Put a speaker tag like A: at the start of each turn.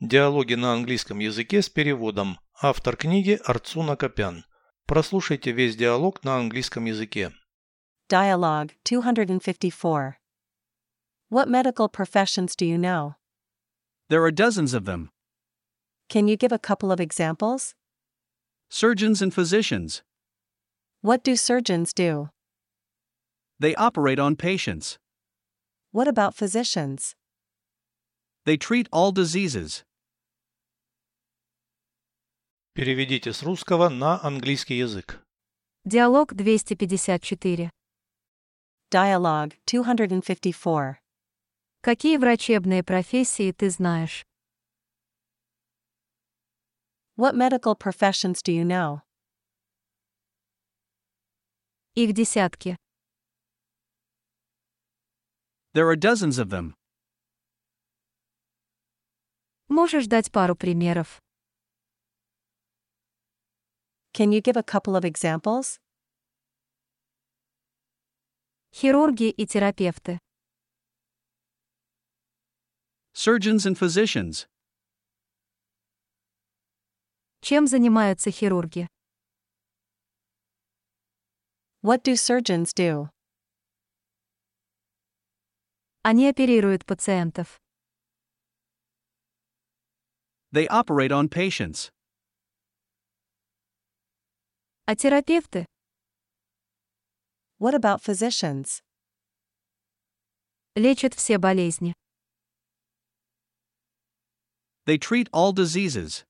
A: Диалоги на английском языке с переводом. Автор книги Арцуна Копян. Прослушайте весь диалог на английском языке.
B: Dialogue 254. What medical professions do you know?
C: There are dozens of them
B: Can you give a couple of examples?
C: surgeons and physicians.
B: What do surgeons do?
C: They operate on patients.
B: What about physicians?
C: They treat all diseases.
A: Переведите с русского на английский язык.
D: Диалог 254.
B: Dialogue 254.
D: Какие врачебные профессии ты знаешь?
B: What medical professions do you know?
D: Их десятки.
C: There are dozens of them
D: Можешь дать пару примеров?
B: Can you give a couple of examples?
D: Хирурги и терапевты.
C: surgeons and physicians.
D: Чем занимаются хирурги?
B: What do surgeons do?
D: Они оперируют пациентов.
C: They operate on patients.
D: А терапевты?
B: What about physicians?
D: Лечат все болезни.
C: They treat all diseases.